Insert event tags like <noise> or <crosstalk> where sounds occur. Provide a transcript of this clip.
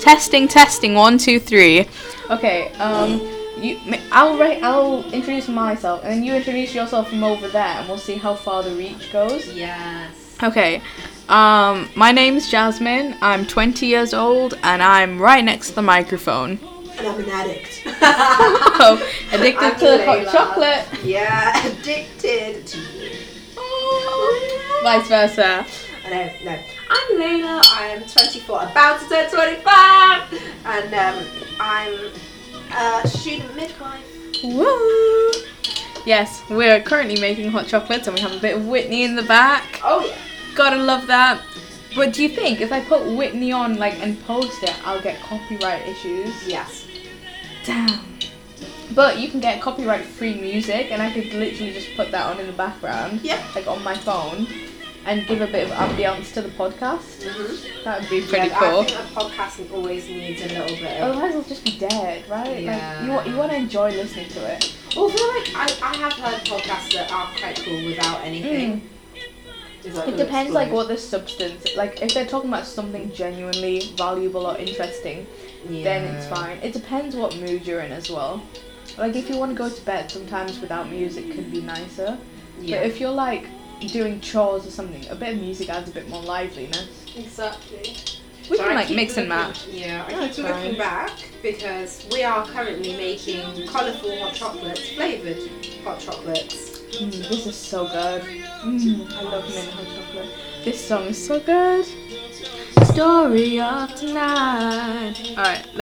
Testing, testing. One, two, three. Okay. Um, you. ma- I'll write. I'll introduce myself, and then you introduce yourself from over there, and we'll see how far the reach goes. Yes. Okay. Um, my name's Jasmine. I'm 20 years old, and I'm right next to the microphone. <laughs> And I'm an addict. Oh, <laughs> addicted I'm to the hot Layla. chocolate. Yeah, <laughs> addicted to you. Vice versa. I don't know. I'm Layla. I'm 24, about to turn 25, and um, I'm a student midwife. Woo! Yes, we're currently making hot chocolates, and we have a bit of Whitney in the back. Oh yeah. Gotta love that. But do you think if I put Whitney on like and post it, I'll get copyright issues? Yes. Damn. But you can get copyright-free music, and I could literally just put that on in the background, Yeah. like on my phone, and give a bit of ambiance to the podcast. Mm-hmm. That would be pretty I cool. think a podcast always needs a little bit. Of, Otherwise, it'll just be dead, right? Like you, Yeah. wa- you want to enjoy listening to it. although like I, I have heard podcasts that are quite cool without anything. It's Mm. It like little depends, like, what stories. the substance. Like, if they're talking about something genuinely valuable or interesting, Yeah. then it's fine. It depends what mood you're in as well. Like, if you want to go to bed, sometimes without music could be nicer. Yeah. But if you're like doing chores or something, a bit of music adds a bit more liveliness. Exactly. We So can I like keep mix and looking- match. Yeah, I No, it's keep looking fine. back because we are currently making colourful hot chocolates, flavoured hot chocolates. Mm, this is so good. Mm, I love mint hot chocolate. This song is so good. Story of tonight. All right.